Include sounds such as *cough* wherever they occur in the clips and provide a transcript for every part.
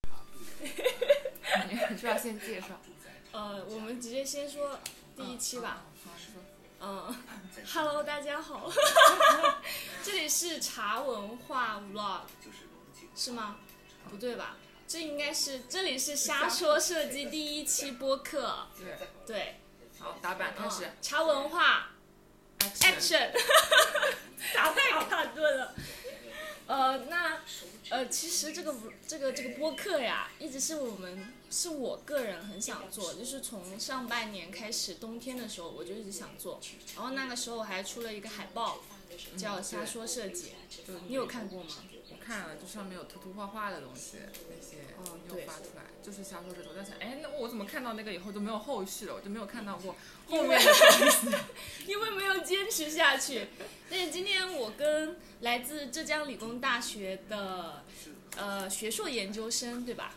*laughs* 需要先介绍。呃，我们直接先说第一期吧。好，说嗯，Hello，大家 *laughs* 好，这里是茶文化 Vlog，是吗？不对吧？这应该是这里是瞎说设计第一期播客，对，对，好，打板开嗯始。，茶文化 Action。 *laughs* Action，打太卡顿了。呃，那呃，其实这个这个这个播客呀，一直是我们是我个人很想做，就是从上半年开始，冬天的时候我就一直想做，然后那个时候我还出了一个海报，叫《瞎说设计》，你有看过吗？我看啊了，就上面有图图画画的东西，那些嗯没对有发出来，就是瞎说这种。但是，哎，那我怎么看到那个以后就没有后续了？我就没有看到过后面的 *laughs* 东西。因为没有坚持下去。但是今天我跟来自浙江理工大学的呃学硕研究生，对吧？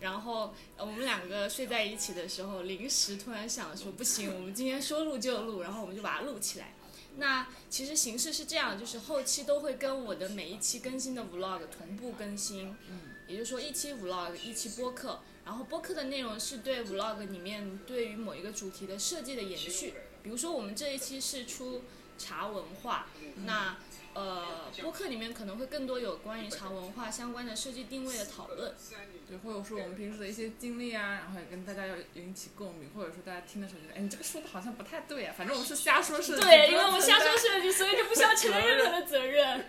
然后呃我们两个睡在一起的时候，临时突然想说不行，我们今天说录就录，然后我们就把它录起来。那其实形式是这样，就是后期都会跟我的每一期更新的 vlog 同步更新，嗯，也就是说一期 vlog 一期播客，然后播客的内容是对 vlog 里面对于某一个主题的设计的延续，比如说我们这一期是出茶文化，那呃播客里面可能会更多有关于茶文化相关的设计定位的讨论， *laughs* 对，或者说我们平时的一些经历啊，然后也跟大家要引起共鸣，或者说大家听的时候觉得，哎，你这个说的好像不太对啊。反正我们是瞎说设计，对，不因为用我们承瞎担说设计，所以就不需要承担任何的责 *laughs* 任。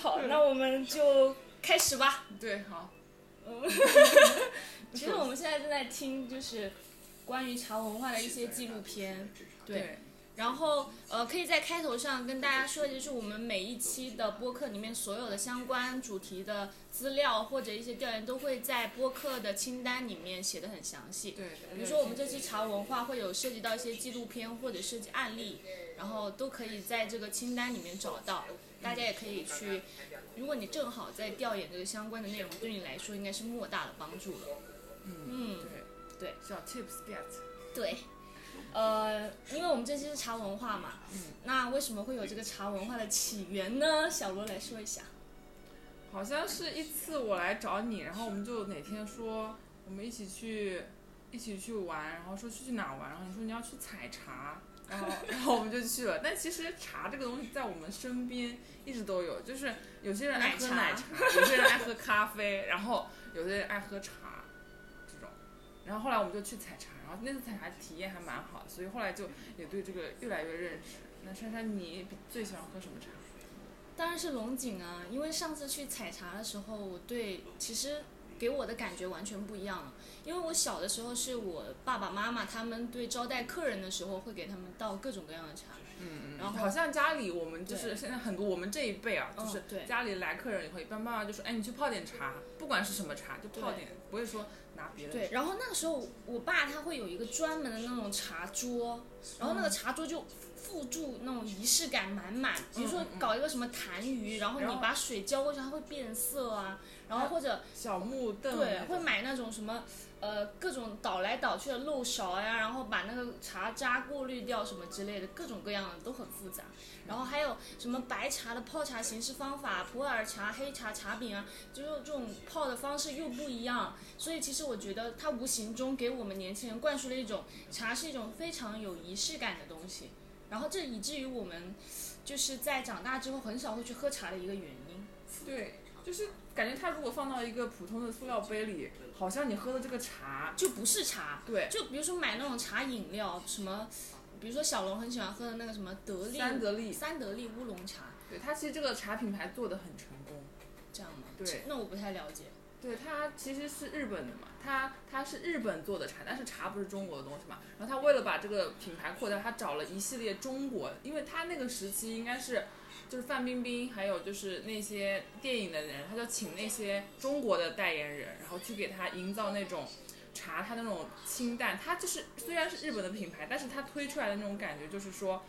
好，那我们就开始吧。对，好，其实我们现在正在听就是关于茶文化的一些纪录片，对。对，然后呃，可以在开头上跟大家说，就是我们每一期的播客里面所有的相关主题的资料或者一些调研，都会在播客的清单里面写的很详细。对。比如说我们这期茶文化会有涉及到一些纪录片或者涉及案例，然后都可以在这个清单里面找到。大家也可以去，嗯如果你正好在调研这个相关的内容，对你来说应该是莫大的帮助了。嗯对对叫 tips get，对，呃，因为我们这期是茶文化嘛，那为什么会有这个茶文化的起源呢？小罗来说一下。好像是一次我来找你，然后我们就哪天说我们一起去一起去玩，然后说去去哪儿玩，然后你说你要去采茶，然后然后我们就去了。但其实茶这个东西在我们身边一直都有，就是有些人爱喝奶奶茶茶，有些人爱喝咖啡，然后有些人爱喝茶这种。然后后来我们就去采茶，然后那次采茶体验还蛮好的，所以后来就也对这个越来越认识。那珊珊，你比最喜欢喝什么茶？当然是龙井啊，因为上次去采茶的时候，我对其实给我的感觉完全不一样了。因为我小的时候是我爸爸妈妈他们对招待客人的时候会给他们倒各种各样的茶，嗯，然后好像家里我们就是对现在很多我们这一辈啊，就嗯是对家里来客人以后，一般爸妈就说，哎，你去泡点茶，不管是什么茶，就泡点，不会说拿别的。对，，然后那个时候我爸他会有一个专门的那种茶桌，然后那个茶桌就附注那种仪式感满满，比如说搞一个什么痰盂，然后嗯你然后把水浇过去，它会变色啊，然后或者小木凳，对会买那种什么呃各种倒来倒去的漏勺呀，然后把那个茶渣过滤掉什么之类的，各种各样的都很复杂。然后还有什么白茶的泡茶形式方法、普洱茶、黑茶、茶饼啊，就是这种泡的方式又不一样。所以其实我觉得它无形中给我们年轻人灌输了一种茶是一种非常有仪式感的东西。然后这以至于我们就是在长大之后很少会去喝茶的一个原因。对，就是感觉它如果放到一个普通的塑料杯里，好像你喝的这个茶，就不是茶，对，就比如说买那种茶饮料，什么，比如说小龙很喜欢喝的那个什么德利三得利，三得利乌龙茶，对，它其实这个茶品牌做的很成功。这样吗？对，那我不太了解。对，它其实是日本的嘛，它它是日本做的茶，但是茶不是中国的东西嘛。然后它为了把这个品牌扩大，它找了一系列中国，因为它那个时期应该是就是范冰冰，还有就是那些电影的人，他就请那些中国的代言人，然后去给他营造那种茶，它那种清淡，它就是虽然是日本的品牌，但是它推出来的那种感觉就是说。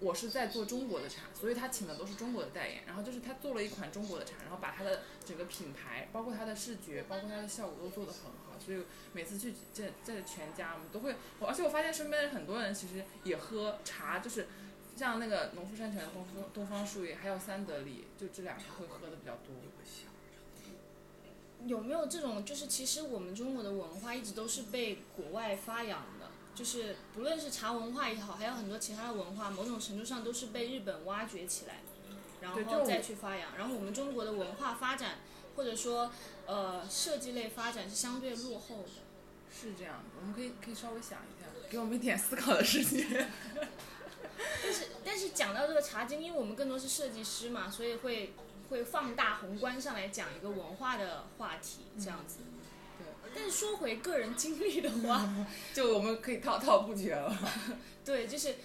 我是在做中国的茶，所以他请的都是中国的代言。然后就是他做了一款中国的茶，然后把他的整个品牌，包括它的视觉，包括它的效果都做得很好。所以每次去这这全家，我们都会，我而且我发现身边很多人其实也喝茶，就是像那个农夫山泉的东方东方树叶，还有三得利，就这两个会喝的比较多。有没有这种，就是其实我们中国的文化一直都是被国外发扬的，就是不论是茶文化也好，还有很多其他的文化，某种程度上都是被日本挖掘起来，然对这后种再去发扬。然后我们中国的文化发展，或者说呃设计类发展是相对落后的。是这样的，我们可以可以稍微想一下，给我们一点思考的时间。 *laughs* 但是但是讲到这个茶经，因为我们更多是设计师嘛，所以会会放大宏观上来讲一个文化的话题这样子。对，但是说回个人经历的话。就我们可以滔滔不绝了。对，就是，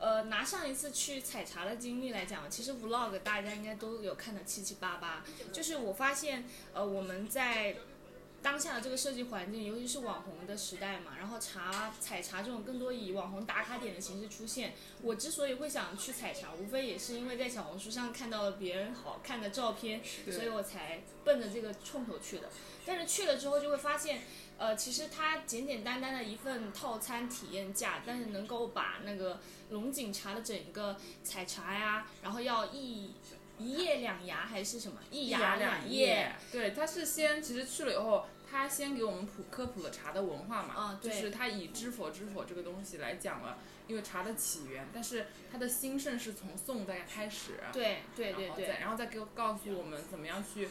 呃，拿上一次去采茶的经历来讲，其实 vlog 大家应该都有看的七七八八。就是我发现，呃，我们在当下的这个设计环境，尤其是网红的时代嘛，然后茶采茶这种更多以网红打卡点的形式出现。我之所以会想去采茶，无非也是因为在小红书上看到了别人好看的照片，对所以我才奔着这个冲头去的。但是去了之后就会发现，呃，其实它简简单单的一份套餐体验价，但是能够把那个龙井茶的整个采茶呀，然后要一一叶两芽还是什么一芽两叶，，对，他是先其实去了以后，他先给我们普科普了茶的文化嘛，啊就对是他以知否知否这个东西来讲了，因为茶的起源，但是它的兴盛是从宋代开始，对对对然后对再，然后再给我告诉我们怎么样去，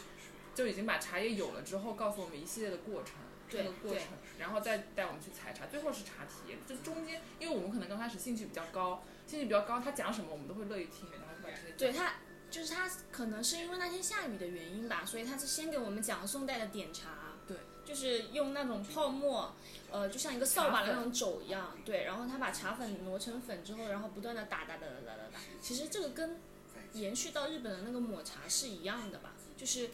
就已经把茶叶有了之后，告诉我们一系列的过程。这对个过程，然后再带我们去采茶，最后是茶体验。就中间，因为我们可能刚开始兴趣比较高，兴趣比较高，他讲什么我们都会乐意听，然后就把这些对他，就是他可能是因为那天下雨的原因吧，所以他是先给我们讲宋代的点茶，对，就是用那种泡沫，呃，就像一个扫把茶的粉那种肘一样，对，然后他把茶粉磨成粉之后，然后不断的打打打打打打打，其实这个跟延续到日本的那个抹茶是一样的吧，就是。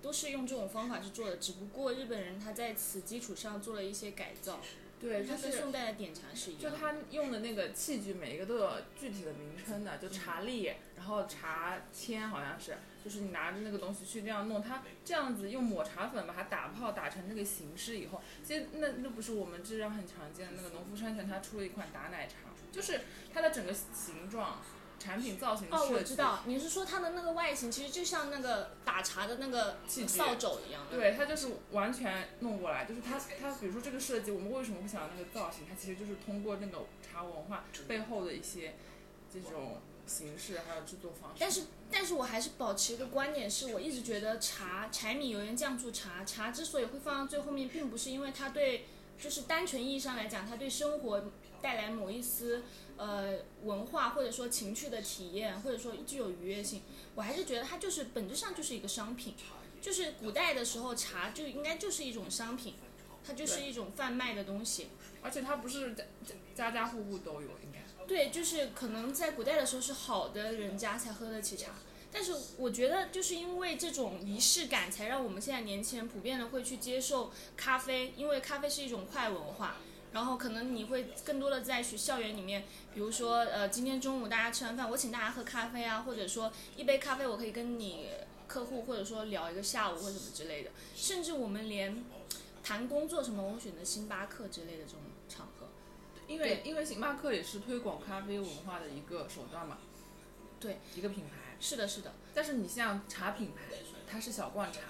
都是用这种方法去做的，只不过日本人他在此基础上做了一些改造，对，它就跟是宋代的点茶是一就样的。他用的那个器具，每一个都有具体的名称嗯的，就茶粒，然后茶签好像是，就是你拿着那个东西去这样弄，它这样子用抹茶粉把它打泡打成那个形式以后，其实那那不是我们质量很常见的那个农夫山泉，它出了一款打奶茶，就是它的整个形状、产品造型的设哦计，，我知道，你是说它的那个外形其实就像那个打茶的那个器具扫帚一样的。对，它就是完全弄过来，就是它它，比如说这个设计，我们为什么会想到那个造型？它其实就是通过那个茶文化背后的一些这种形式还有制作方式。但是，但是我还是保持一个观点，是我一直觉得茶柴米油盐酱醋茶，茶之所以会放到最后面，并不是因为它对，就是单纯意义上来讲，它对生活带来某一丝呃文化或者说情趣的体验，或者说具有愉悦性。我还是觉得它就是本质上就是一个商品，就是古代的时候茶就应该就是一种商品，它就是一种贩卖的东西。而且它不是家家家户户都有，应该对，就是可能在古代的时候是好的人家才喝得起茶，但是我觉得就是因为这种仪式感，才让我们现在年轻人普遍的会去接受咖啡，因为咖啡是一种快文化。然后可能你会更多的在学校园里面，比如说，呃，今天中午大家吃完饭，我请大家喝咖啡啊，或者说一杯咖啡，我可以跟你客户或者说聊一个下午或什么之类的。甚至我们连谈工作什么，我选择星巴克之类的这种场合。因为因为星巴克也是推广咖啡文化的一个手段嘛，对，一个品牌。是的，是的，但是你像茶品牌，它是小罐茶，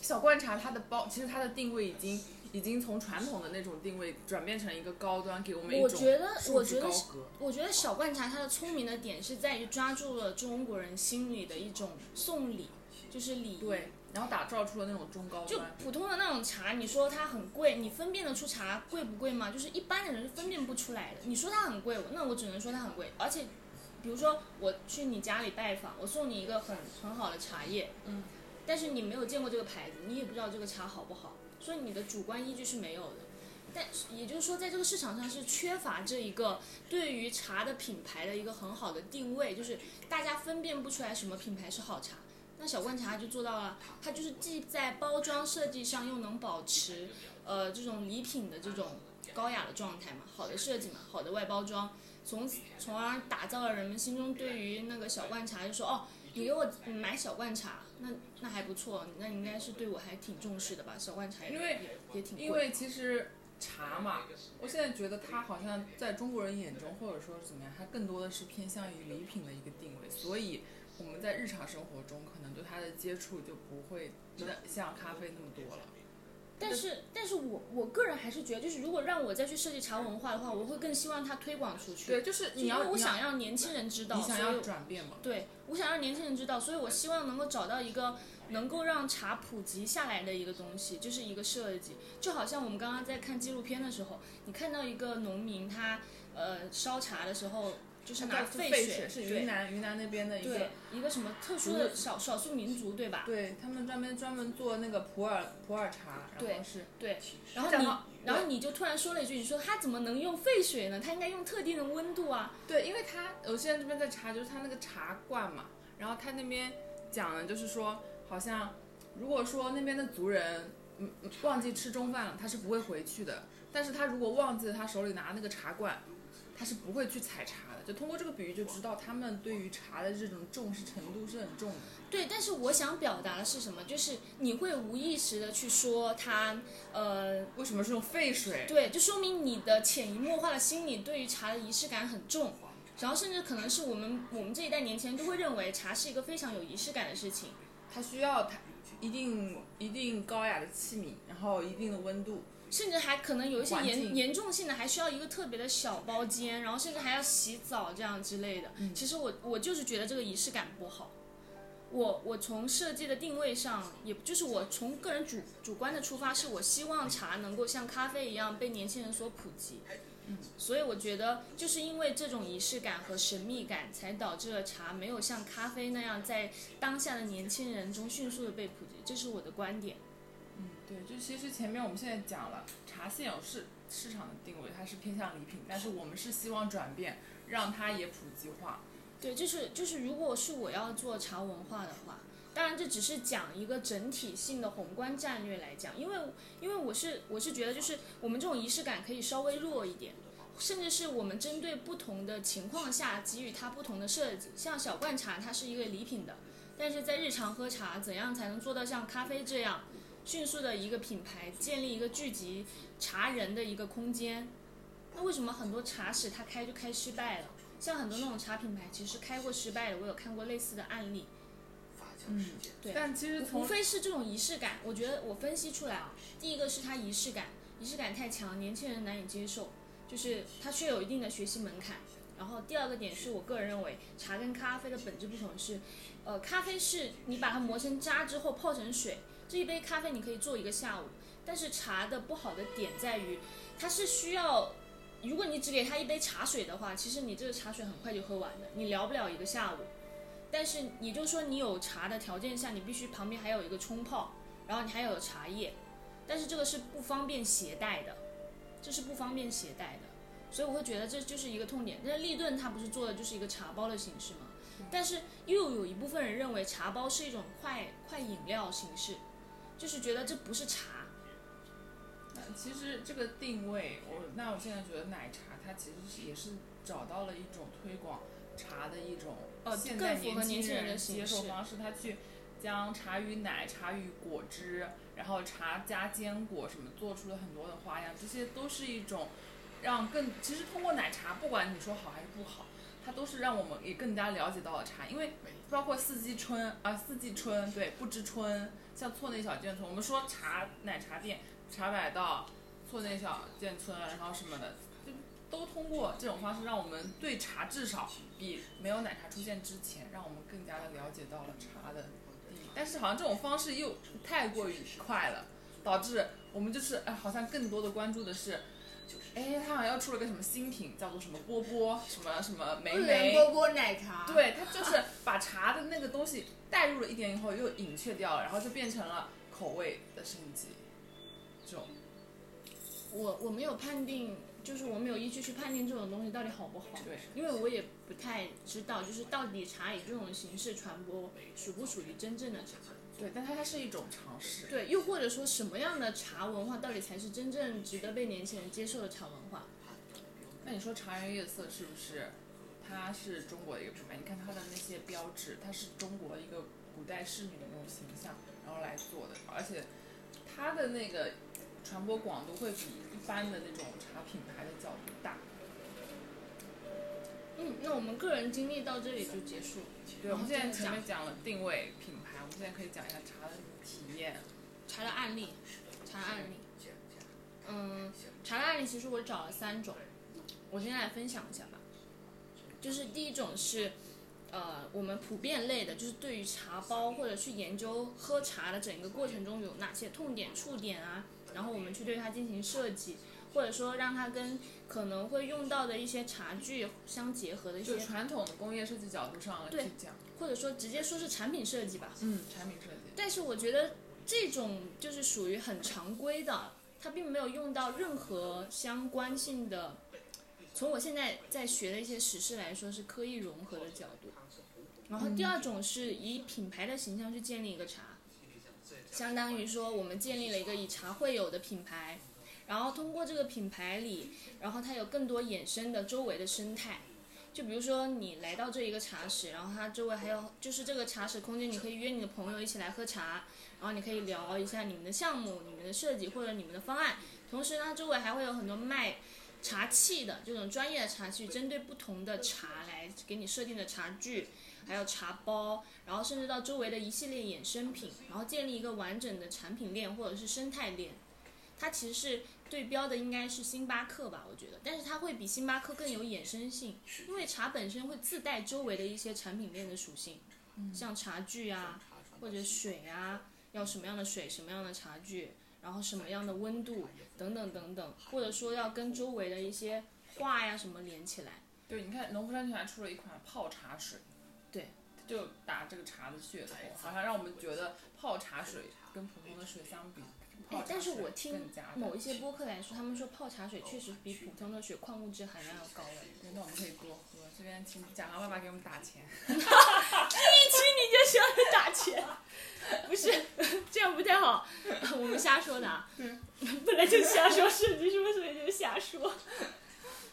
小罐茶它的包其实它的定位已经已经从传统的那种定位转变成一个高端，给我们一我种觉得，束我之觉得高是阁我觉得小罐茶它的聪明的点是在于抓住了中国人心里的一种送礼，就是礼仪。对，然后打造出了那种中高就端。普通的那种茶，你说它很贵，你分辨得出茶贵不贵吗？就是一般的人是分辨不出来的。你说它很贵，那我只能说它很贵。而且，比如说我去你家里拜访，我送你一个很很好的茶叶，嗯，但是你没有见过这个牌子，你也不知道这个茶好不好，所以你的主观依据是没有的。但是也就是说，在这个市场上是缺乏这一个对于茶的品牌的一个很好的定位，就是大家分辨不出来什么品牌是好茶。那小罐茶就做到了，它就是既在包装设计上又能保持呃这种礼品的这种高雅的状态嘛，好的设计嘛，好的外包装，从此从而打造了人们心中对于那个小罐茶就说哦，你给我买小罐茶，那那还不错，那你应该是对我还挺重视的吧？小罐茶也因为也也挺贵，因为其实茶嘛，我现在觉得它好像在中国人眼中，或者说是怎么样，它更多的是偏向于礼品的一个定位，所以我们在日常生活中可能对它的接触就不会那像咖啡那么多了。但是，但是我我个人还是觉得，就是如果让我再去设计茶文化的话，我会更希望它推广出去。对，就是就你因为要我你要想让年轻人知道，你想所以要我转变嘛？对我想让年轻人知道，所以我希望能够找到一个能够让茶普及下来的一个东西，就是一个设计。就好像我们刚刚在看纪录片的时候，你看到一个农民他呃烧茶的时候，就是拿到沸水水，是对云南云南那边的一个对一个什么特殊的少少数民族对吧？对他们专门专门做那个普洱普洱茶，然对后是对，然后讲你到，然后你就突然说了一句，你说他怎么能用沸水呢？他应该用特定的温度啊。对，因为他我现在这边在查，就是他那个茶罐嘛，然后他那边讲的就是说，好像如果说那边的族人嗯嗯忘记吃中饭了，他是不会回去的，但是他如果忘记了他手里拿那个茶罐，他是不会去采茶的，就通过这个比喻就知道他们对于茶的这种重视程度是很重的。对，但是我想表达的是什么？就是你会无意识的去说他，呃，为什么是用沸水？对，就说明你的潜移默化的心理对于茶的仪式感很重，然后甚至可能是我们我们这一代年轻人都会认为茶是一个非常有仪式感的事情。它需要它一定一定高雅的器皿，然后一定的温度。甚至还可能有一些环严境严重性的，还需要一个特别的小包间，然后甚至还要洗澡这样之类的。嗯其实我我就是觉得这个仪式感不好。我我从设计的定位上，也就是我从个人主主观的出发，是我希望茶能够像咖啡一样被年轻人所普及。嗯所以我觉得就是因为这种仪式感和神秘感，才导致了茶没有像咖啡那样在当下的年轻人中迅速的被普及，这是我的观点。嗯，对，就其实前面我们现在讲了，茶现有市市场的定位它是偏向礼品，但是我们是希望转变，让它也普及化。对，就是就是，如果是我要做茶文化的话，当然这只是讲一个整体性的宏观战略来讲，因为因为我是我是觉得就是我们这种仪式感可以稍微弱一点。甚至是我们针对不同的情况下给予它不同的设计，像小罐茶它是一个礼品的，但是在日常喝茶，怎样才能做到像咖啡这样迅速的一个品牌，建立一个聚集茶人的一个空间？那为什么很多茶室它开就开失败了？像很多那种茶品牌，其实开过失败的，我有看过类似的案例，嗯，对但其实无从非是这种仪式感。我觉得我分析出来啊，第一个是它仪式感，仪式感太强，年轻人难以接受，就是它确有一定的学习门槛。然后第二个点是我个人认为，茶跟咖啡的本质不同是，呃，咖啡是你把它磨成渣之后泡成水，这一杯咖啡你可以做一个下午，但是茶的不好的点在于，它是需要，如果你只给它一杯茶水的话，其实你这个茶水很快就喝完了，你聊不了一个下午。但是也就是说，你有茶的条件下，你必须旁边还有一个冲泡，然后你还有茶叶，但是这个是不方便携带的，这是不方便携带的，所以我会觉得这就是一个痛点。但是立顿它不是做的就是一个茶包的形式吗？嗯但是又有一部分人认为茶包是一种快快饮料形式，就是觉得这不是茶。呃其实这个定位，我那我现在觉得奶茶它其实是也是找到了一种推广茶的一种哦现更在符合年年轻人的人形接受式方式，它去将茶与奶、茶与果汁，然后茶加坚果什么做出了很多的花样，这些都是一种让更其实通过奶茶，不管你说好还是不好，它都是让我们也更加了解到了茶，因为包括四季春啊，四季春对不知春，像错内小眷村，我们说茶奶茶店、茶百道、错内小眷村，啊然后什么的，就都通过这种方式让我们对茶至少比没有奶茶出现之前，让我们更加的了解到了茶的意义。但是好像这种方式又太过于快了，导致我们就是哎，好像更多的关注的是。哎，他好像又出了个什么新品，叫做什么波波，什么什么梅梅，波波奶茶，，对，它就是把茶的那个东西带入了一点以后，又隐却掉了，然后就变成了口味的升级。这种我我没有判定，就是我没有依据去判定这种东西到底好不好。对，因为我也不太知道，就是到底茶以这种形式传播属不属于真正的茶？对，但它它是一种尝试。对，又或者说什么样的茶文化到底才是真正值得被年轻人接受的茶文化？那你说茶颜悦色是不是？它是中国的一个品牌，你看它的那些标志，它是中国一个古代仕女的那种形象，然后来做的，而且它的那个传播广度会比一般的那种茶品牌的角度大。嗯，那我们个人经历到这里就结束。对，我们现在前讲面讲了定位、品牌，我们现在可以讲一下茶的体验。查了案例，查了案例，嗯，查了案例，其实我找了三种，我先来分享一下吧。就是第一种是，呃，我们普遍类的，就是对于茶包或者去研究喝茶的整个过程中有哪些痛点、触点啊，然后我们去对它进行设计，或者说让它跟可能会用到的一些茶具相结合的一就些，传统的工业设计角度上来对去讲，或者说直接说是产品设计吧，嗯，产品设计，但是我觉得这种就是属于很常规的，它并没有用到任何相关性的。从我现在在学的一些实事来说，是刻意融合的角度。然后第二种是以品牌的形象去建立一个茶，相当于说我们建立了一个以茶会友的品牌，然后通过这个品牌里，然后它有更多衍生的周围的生态。就比如说你来到这一个茶室，然后它周围还有就是这个茶室空间，你可以约你的朋友一起来喝茶，然后你可以聊一下你们的项目、你们的设计或者你们的方案。同时呢，周围还会有很多卖茶器的这种专业的茶具，针对不同的茶来给你设定的茶具，还有茶包，然后甚至到周围的一系列衍生品，然后建立一个完整的产品链或者是生态链。它其实是对标的应该是星巴克吧，我觉得，但是它会比星巴克更有衍生性，因为茶本身会自带周围的一些产品链的属性，像茶具啊，或者水啊，要什么样的水，什么样的茶具，然后什么样的温度等等等等，或者说要跟周围的一些画呀什么连起来。对，你看农夫山泉还出了一款泡茶水，对，就打这个茶的噱头，好像让我们觉得泡茶水跟普通的水相比，泡哎茶，但是水我听更加的哦某一些播客来说，他们说泡茶水确实比普通的水矿物质含量要高哎。对，那我们可以多喝。这边请贾航爸爸给我们打钱。一期你就需要打钱，不是这样不太好，我们瞎说的啊。本来就瞎说，设计说所以就瞎说，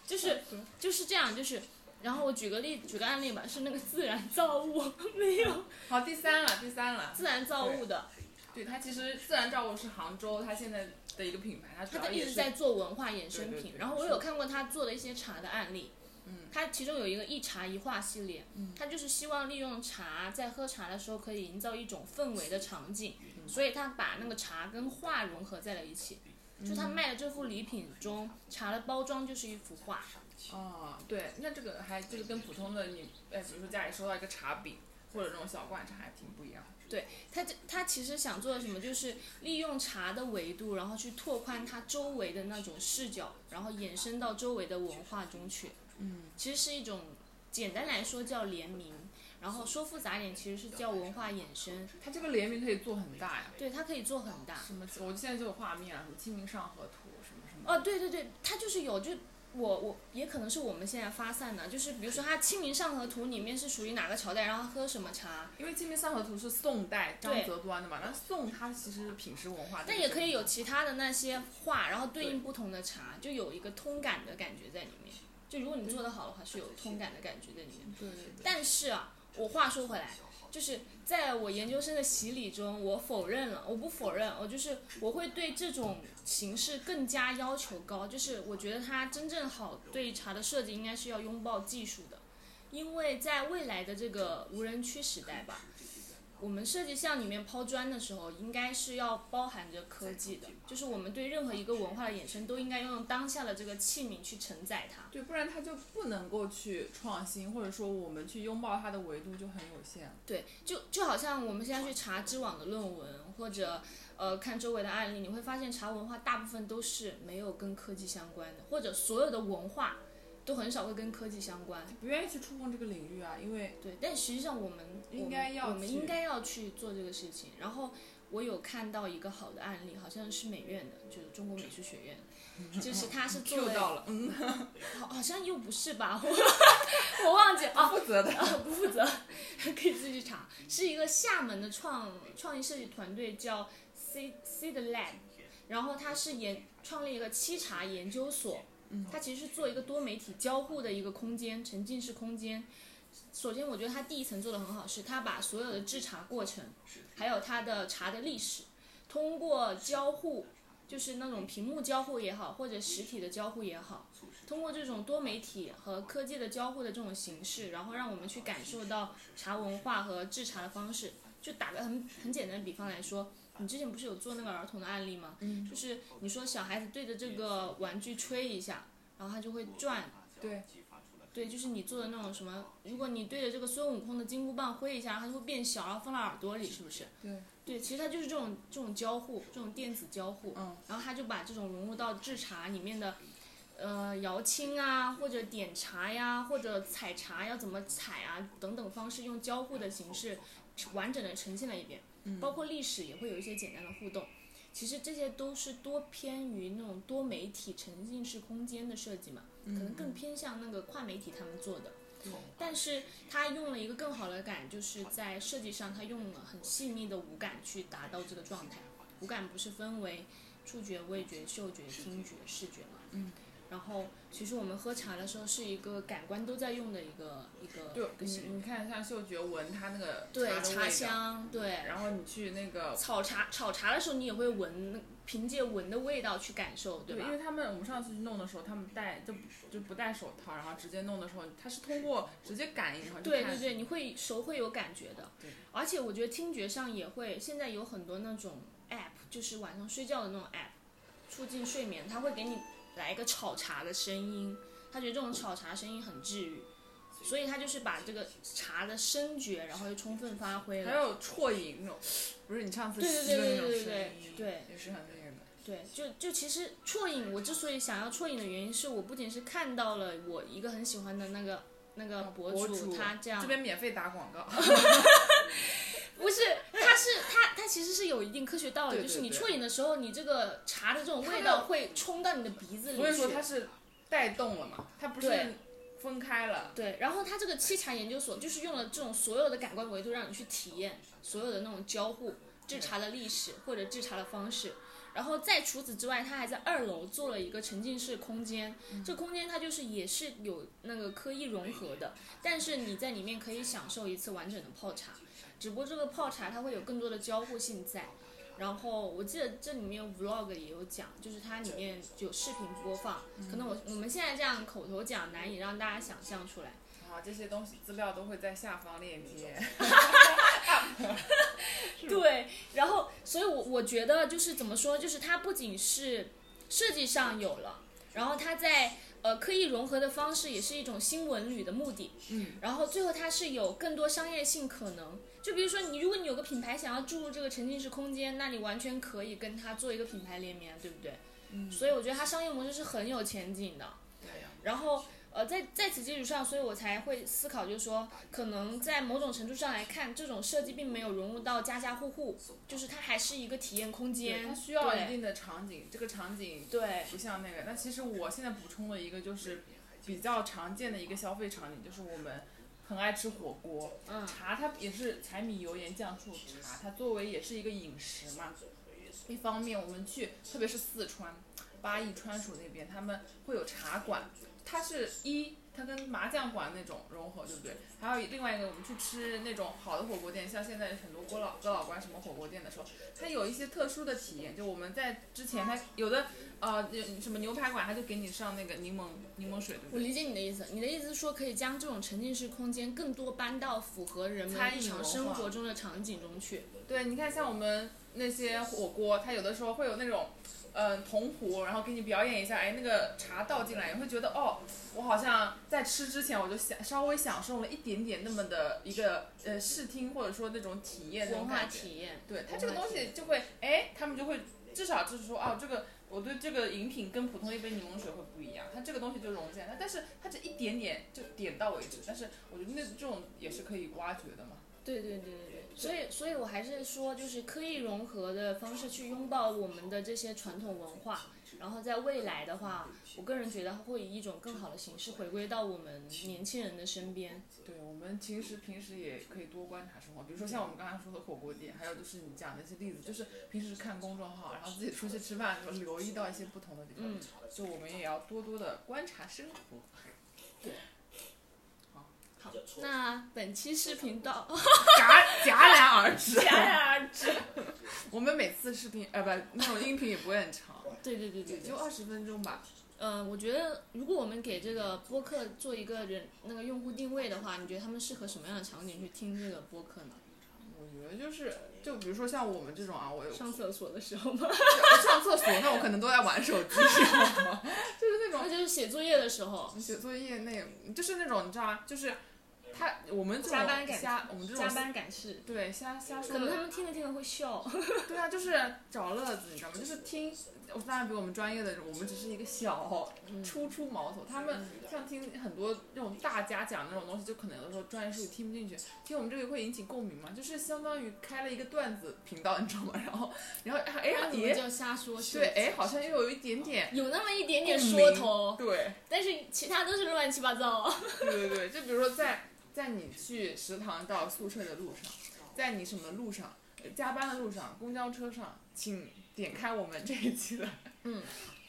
就是就是这样，就是。然后我举个例，举个案例吧，是那个自然造物， *laughs* 没有好，第三了，第三了。自然造物的，对，它其实自然照顾是杭州它现在的一个品牌，它主要他就一也直是在做文化衍生对品。对对然后我是有看过他做的一些茶的案例，嗯，他其中有一个一茶一画系列，嗯，他就是希望利用茶在喝茶的时候可以营造一种氛围的场景，所以他把那个茶跟画融合在了一起。就他卖的这副礼品中，茶的包装就是一幅画，哦，对，那这个还就是跟普通的你，哎，比如说家里收到一个茶饼或者这种小罐茶还挺不一样。他这他其实想做的什么，就是利用茶的维度，然后去拓宽它周围的那种视角，然后延伸到周围的文化中去。嗯，其实是一种简单来说叫联名，然后说复杂一点，其实是叫文化衍生。它这个联名可以做很大呀，对，它可以做很大。什么我现在就有画面啊，什么《清明上河图》什么什么。哦，对对对，它就是有就。我我也可能是我们现在发散的，就是比如说它《清明上河图》里面是属于哪个朝代，然后喝什么茶，因为《清明上河图》是宋代张对择端的嘛，那宋它其实是品食文化的一个但整体，也可以有其他的那些画，然后对应不同的茶，就有一个通感的感觉在里面。就如果你做得好的话，是有通感的感觉在里面。对对对，但是啊，我话说回来，就是在我研究生的洗礼中，我否认了，我不否认，我就是我会对这种形式更加要求高，就是我觉得它真正好对茶的设计应该是要拥抱技术的，因为在未来的这个无人区时代吧。我们设计项里面抛砖的时候，应该是要包含着科技的，就是我们对任何一个文化的衍生都应该用当下的这个器皿去承载它。对，不然它就不能够去创新，或者说我们去拥抱它的维度就很有限了。对，就就好像我们现在去查知网的论文，或者呃看周围的案例，你会发现茶文化大部分都是没有跟科技相关的，或者所有的文化都很少会跟科技相关。不愿意去触碰这个领域啊，因为对，但实际上我们我们应该要我们去应该要去做这个事情。然后我有看到一个好的案例，好像是美院的，就是中国美术学院，就是他是做 Q 了，到了，嗯，好好像又不是吧，我我忘记啊，负责的，啊，不负责，可以自己去查。是一个厦门的创创意设计团队叫 C C 的 Lab，然后它是研创立一个沏茶研究所，它其实是做一个多媒体交互的一个空间，沉浸式空间。首先，我觉得它第一层做的很好，是它把所有的制茶过程，还有它的茶的历史，通过交互就是那种屏幕交互也好，或者实体的交互也好，通过这种多媒体和科技的交互的这种形式，然后让我们去感受到茶文化和制茶的方式。就打个很很简单的比方来说，你之前不是有做那个儿童的案例吗？嗯就是你说小孩子对着这个玩具吹一下，然后它就会转，对，对，就是你做的那种什么，如果你对着这个孙悟空的金箍棒挥一下，它就会变小，然后放到耳朵里，是不是？对，对，其实它就是这种这种交互，这种电子交互，嗯然后它就把这种融入到制茶里面的，呃，摇青啊，或者点茶呀，或者采茶要怎么采啊等等方式，用交互的形式完整的呈现了一遍，包括历史也会有一些简单的互动。其实这些都是多偏于那种多媒体沉浸式空间的设计嘛，嗯可能更偏向那个跨媒体他们做的。但是他用了一个更好的感，就是在设计上，他用了很细腻的五感去达到这个状态。五感不是分为触觉、味觉、嗅觉、听觉、视觉嘛？嗯。然后，其实我们喝茶的时候是一个感官都在用的一个一个就一个你形你看，像嗅觉闻它那个对的味茶道，香，对，然后你去那个炒茶炒茶的时候，你也会闻那，凭借闻的味道去感受，对对，吧因？为他们我们上次去弄的时候，他们戴就就不戴手套，然后直接弄的时候，它是通过直接感应，然后就对看对对，你会手会有感觉的对。而且我觉得听觉上也会，现在有很多那种 app，就是晚上睡觉的那种 app，促进睡眠，它会给你来一个炒茶的声音，他觉得这种炒茶声音很治愈，所以他就是把这个茶的声觉，然后又充分发挥还了。有啜饮那种，不是你上次对吸对的对那种对对对声音对，对也是很那个的。对，就就其实啜饮，我之所以想要啜饮的原因是我不仅是看到了我一个很喜欢的那个那个博博主他这样这边免费打广告，不是，它是它它其实是有一定科学道理，对对就是你对啜饮的时候，你这个茶的这种味它道会冲到你的鼻子所以里说它去。是带动了嘛，它不是对分开了。对，然后它这个沏茶研究所就是用了这种所有的感官维度，让你去体验所有的那种交互制茶的历史或者制茶的方式。然后在除此之外，它还在二楼做了一个沉浸式空间，这空间它就是也是有那个科艺融合的，但是你在里面可以享受一次完整的泡茶，只不过这个泡茶它会有更多的交互性在。然后我记得这里面 vlog 也有讲，就是它里面有视频播放，可能我我们现在这样口头讲难以让大家想象出来。好，啊这些东西资料都会在下方链接。对，然后所以我，我觉得就是怎么说，就是它不仅是设计上有了，然后它在呃刻意融合的方式也是一种新文旅的目的，嗯，然后最后它是有更多商业性可能。就比如说你，如果你有个品牌想要注入这个沉浸式空间，那你完全可以跟它做一个品牌联名，对不对？嗯所以我觉得它商业模式是很有前景的。对呀然后呃，在在此基础上，所以我才会思考，就是说，可能在某种程度上来看，这种设计并没有融入到家家户户，就是它还是一个体验空对间，它需要一对定的场景，这个场景对不像那个。那其实我现在补充了一个，就是比较常见的一个消费场景，就是我们很爱吃火锅。嗯茶它也是柴米油盐酱醋茶，它作为也是一个饮食嘛。一方面，我们去，特别是四川、八义、川蜀那边，他们会有茶馆，它是一，它跟麻将馆那种融合，对不对？还有另外一个，我们去吃那种好的火锅店，像现在很多锅老哥老关什么火锅店的时候，它有一些特殊的体验，就我们在之前，它有的呃有什么牛排馆，它就给你上那个柠檬柠檬水，对不我对？理解你的意思，你的意思是说可以将这种沉浸式空间更多搬到符合人们餐饮日常文生化活中的场景中去。对，你看像我们那些火锅，它有的时候会有那种，嗯、铜壶，然后给你表演一下，哎，那个茶倒进来，你会觉得哦，我好像在吃之前我就享稍微享受了一点点那么的一个呃视听或者说那种体验那文种化感觉。体验，对，它文这个化东体西就会，哎，他们就会至少就是说，哦，这个我对这个饮品跟普通一杯柠檬水会不一样，它这个东西就融进来，它但是它这一点点就点到为止，但是我觉得那这种也是可以挖掘的嘛。对对对对对，所以所以我还是说，就是刻意融合的方式去拥抱我们的这些传统文化，然后在未来的话，我个人觉得它会以一种更好的形式回归到我们年轻人的身边。对，我们其实平时也可以多观察生活，比如说像我们刚才说的火锅店，还有就是你讲的一些例子，就是平时看公众号，然后自己出去吃饭的时候留意到一些不同的地方，嗯， *laughs* 就我们也要多多的观察生活。对，好，好，那本期视频到 *laughs* 戛戛然而止。戛然而止。我们每次视频，呃，不，那种音频也不会很长，对对对对也对就。二十分钟吧。呃，我觉得如果我们给这个播客做一个人那个用户定位的话，你觉得他们适合什么样的场景去听这个播客呢？我觉得就是，就比如说像我们这种啊，我上厕所的时候吗？ *laughs* 上厕所，那我可能都在玩手机，知道吗？ *laughs* 就是那种那就是写作业的时候。写作业那，就是那种你知道吗？就是他我们这种加班赶瞎，我们这种加班赶事，对瞎瞎说可能他的，们听着听着会笑。对啊，就是找乐子，你知道吗？就是听，我当然比我们专业的，我们只是一个小嗯初出茅头，他们像听很多那种大家讲那种东西，就可能有的时候专业术语听不进去，听我们这个会引起共鸣嘛，就是相当于开了一个段子频道，你知道吗？然后然后哎那我们也叫瞎说，是对，吧哎，好像又有一点点有那么一点点共鸣说头，对。但是其他都是乱七八糟。对对对，就比如说在在你去食堂到宿舍的路上，在你什么路上，呃加班的路上，公交车上，请点开我们这一期的，嗯，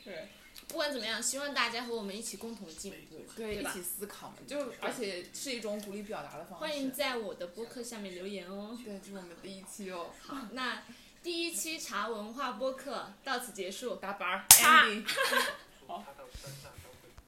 对 *laughs* 不管怎么样，希望大家和我们一起共同进步，对，一吧起？思考嘛，就而且是一种鼓励表达的方式。欢迎在我的播客下面留言哦。对，这是我们第一期哦，好，那第一期茶文化播客到此结束。打板儿啊，ending。